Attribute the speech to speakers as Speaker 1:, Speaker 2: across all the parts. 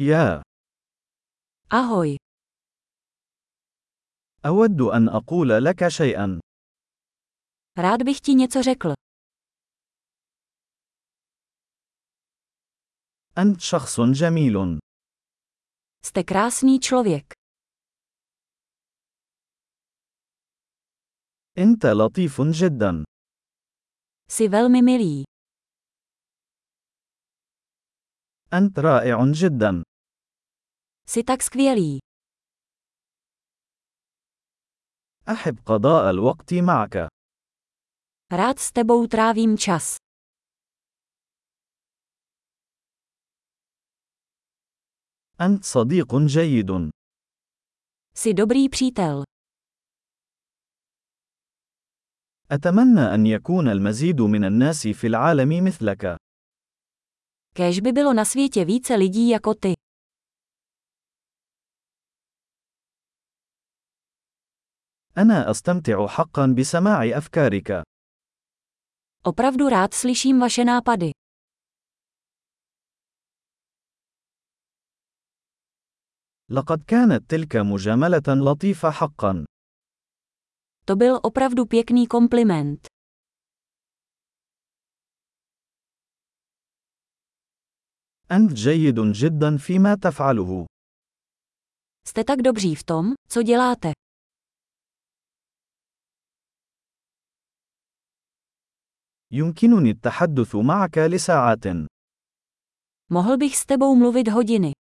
Speaker 1: يا،
Speaker 2: Ahoj,
Speaker 1: أود أن أقول لك شيئا.
Speaker 2: rád bych ti něco řekl.
Speaker 1: أنت شخص جميل.
Speaker 2: Jste krásný člověk.
Speaker 1: أنت لطيف جدا.
Speaker 2: Jsi velmi milý.
Speaker 1: أنت رائع جدا.
Speaker 2: Jsi tak skvělý.
Speaker 1: أحب قضاء الوقت معك.
Speaker 2: Rád s tebou trávím čas.
Speaker 1: أنت صديق جيد.
Speaker 2: Jsi dobrý přítel.
Speaker 1: أتمنى أن يكون المزيد من الناس في العالم مثلك.
Speaker 2: Kéž by bylo na světě více lidí jako ty.
Speaker 1: أنا أستمتع حقا بسماع أفكارك.
Speaker 2: Opravdu rád slyším vaše nápady.
Speaker 1: لقد كانت تلك مجاملة لطيفة حقا.
Speaker 2: To byl opravdu pěkný kompliment.
Speaker 1: أنت جيد جدا فيما تفعله.
Speaker 2: Jste tak dobří v tom, co děláte.
Speaker 1: يمكنني التحدث معك لساعات.
Speaker 2: Mohl bych s tebou mluvit hodiny.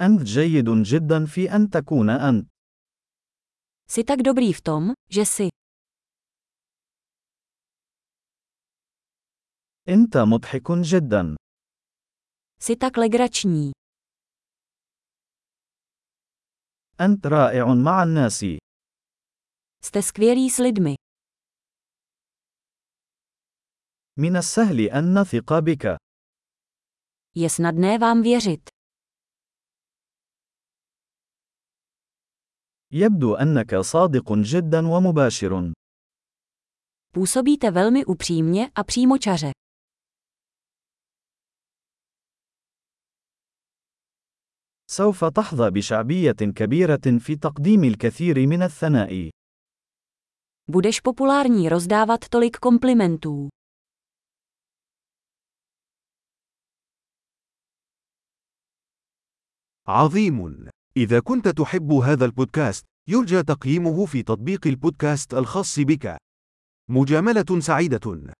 Speaker 1: أنت جيد جدا في أن تكون أنت.
Speaker 2: Jsi tak dobrý v tom, že jsi.
Speaker 1: أنت مضحك جدا.
Speaker 2: Jsi tak legrační.
Speaker 1: أنت رائع مع الناس.
Speaker 2: Jste skvělý s lidmi.
Speaker 1: من السهل أن نثق بك.
Speaker 2: Je snadné vám věřit.
Speaker 1: يبدو أنك صادق جدا ومباشر.
Speaker 2: Působíte velmi upřímně a přímočaře.
Speaker 1: سوف تحظى بشعبية كبيرة في تقديم الكثير من الثناء.
Speaker 2: Budeš populární rozdávat tolik komplimentů.
Speaker 3: عظيم إذا كنت تحب هذا البودكاست يرجى تقييمه في تطبيق البودكاست الخاص بك مجاملة سعيدة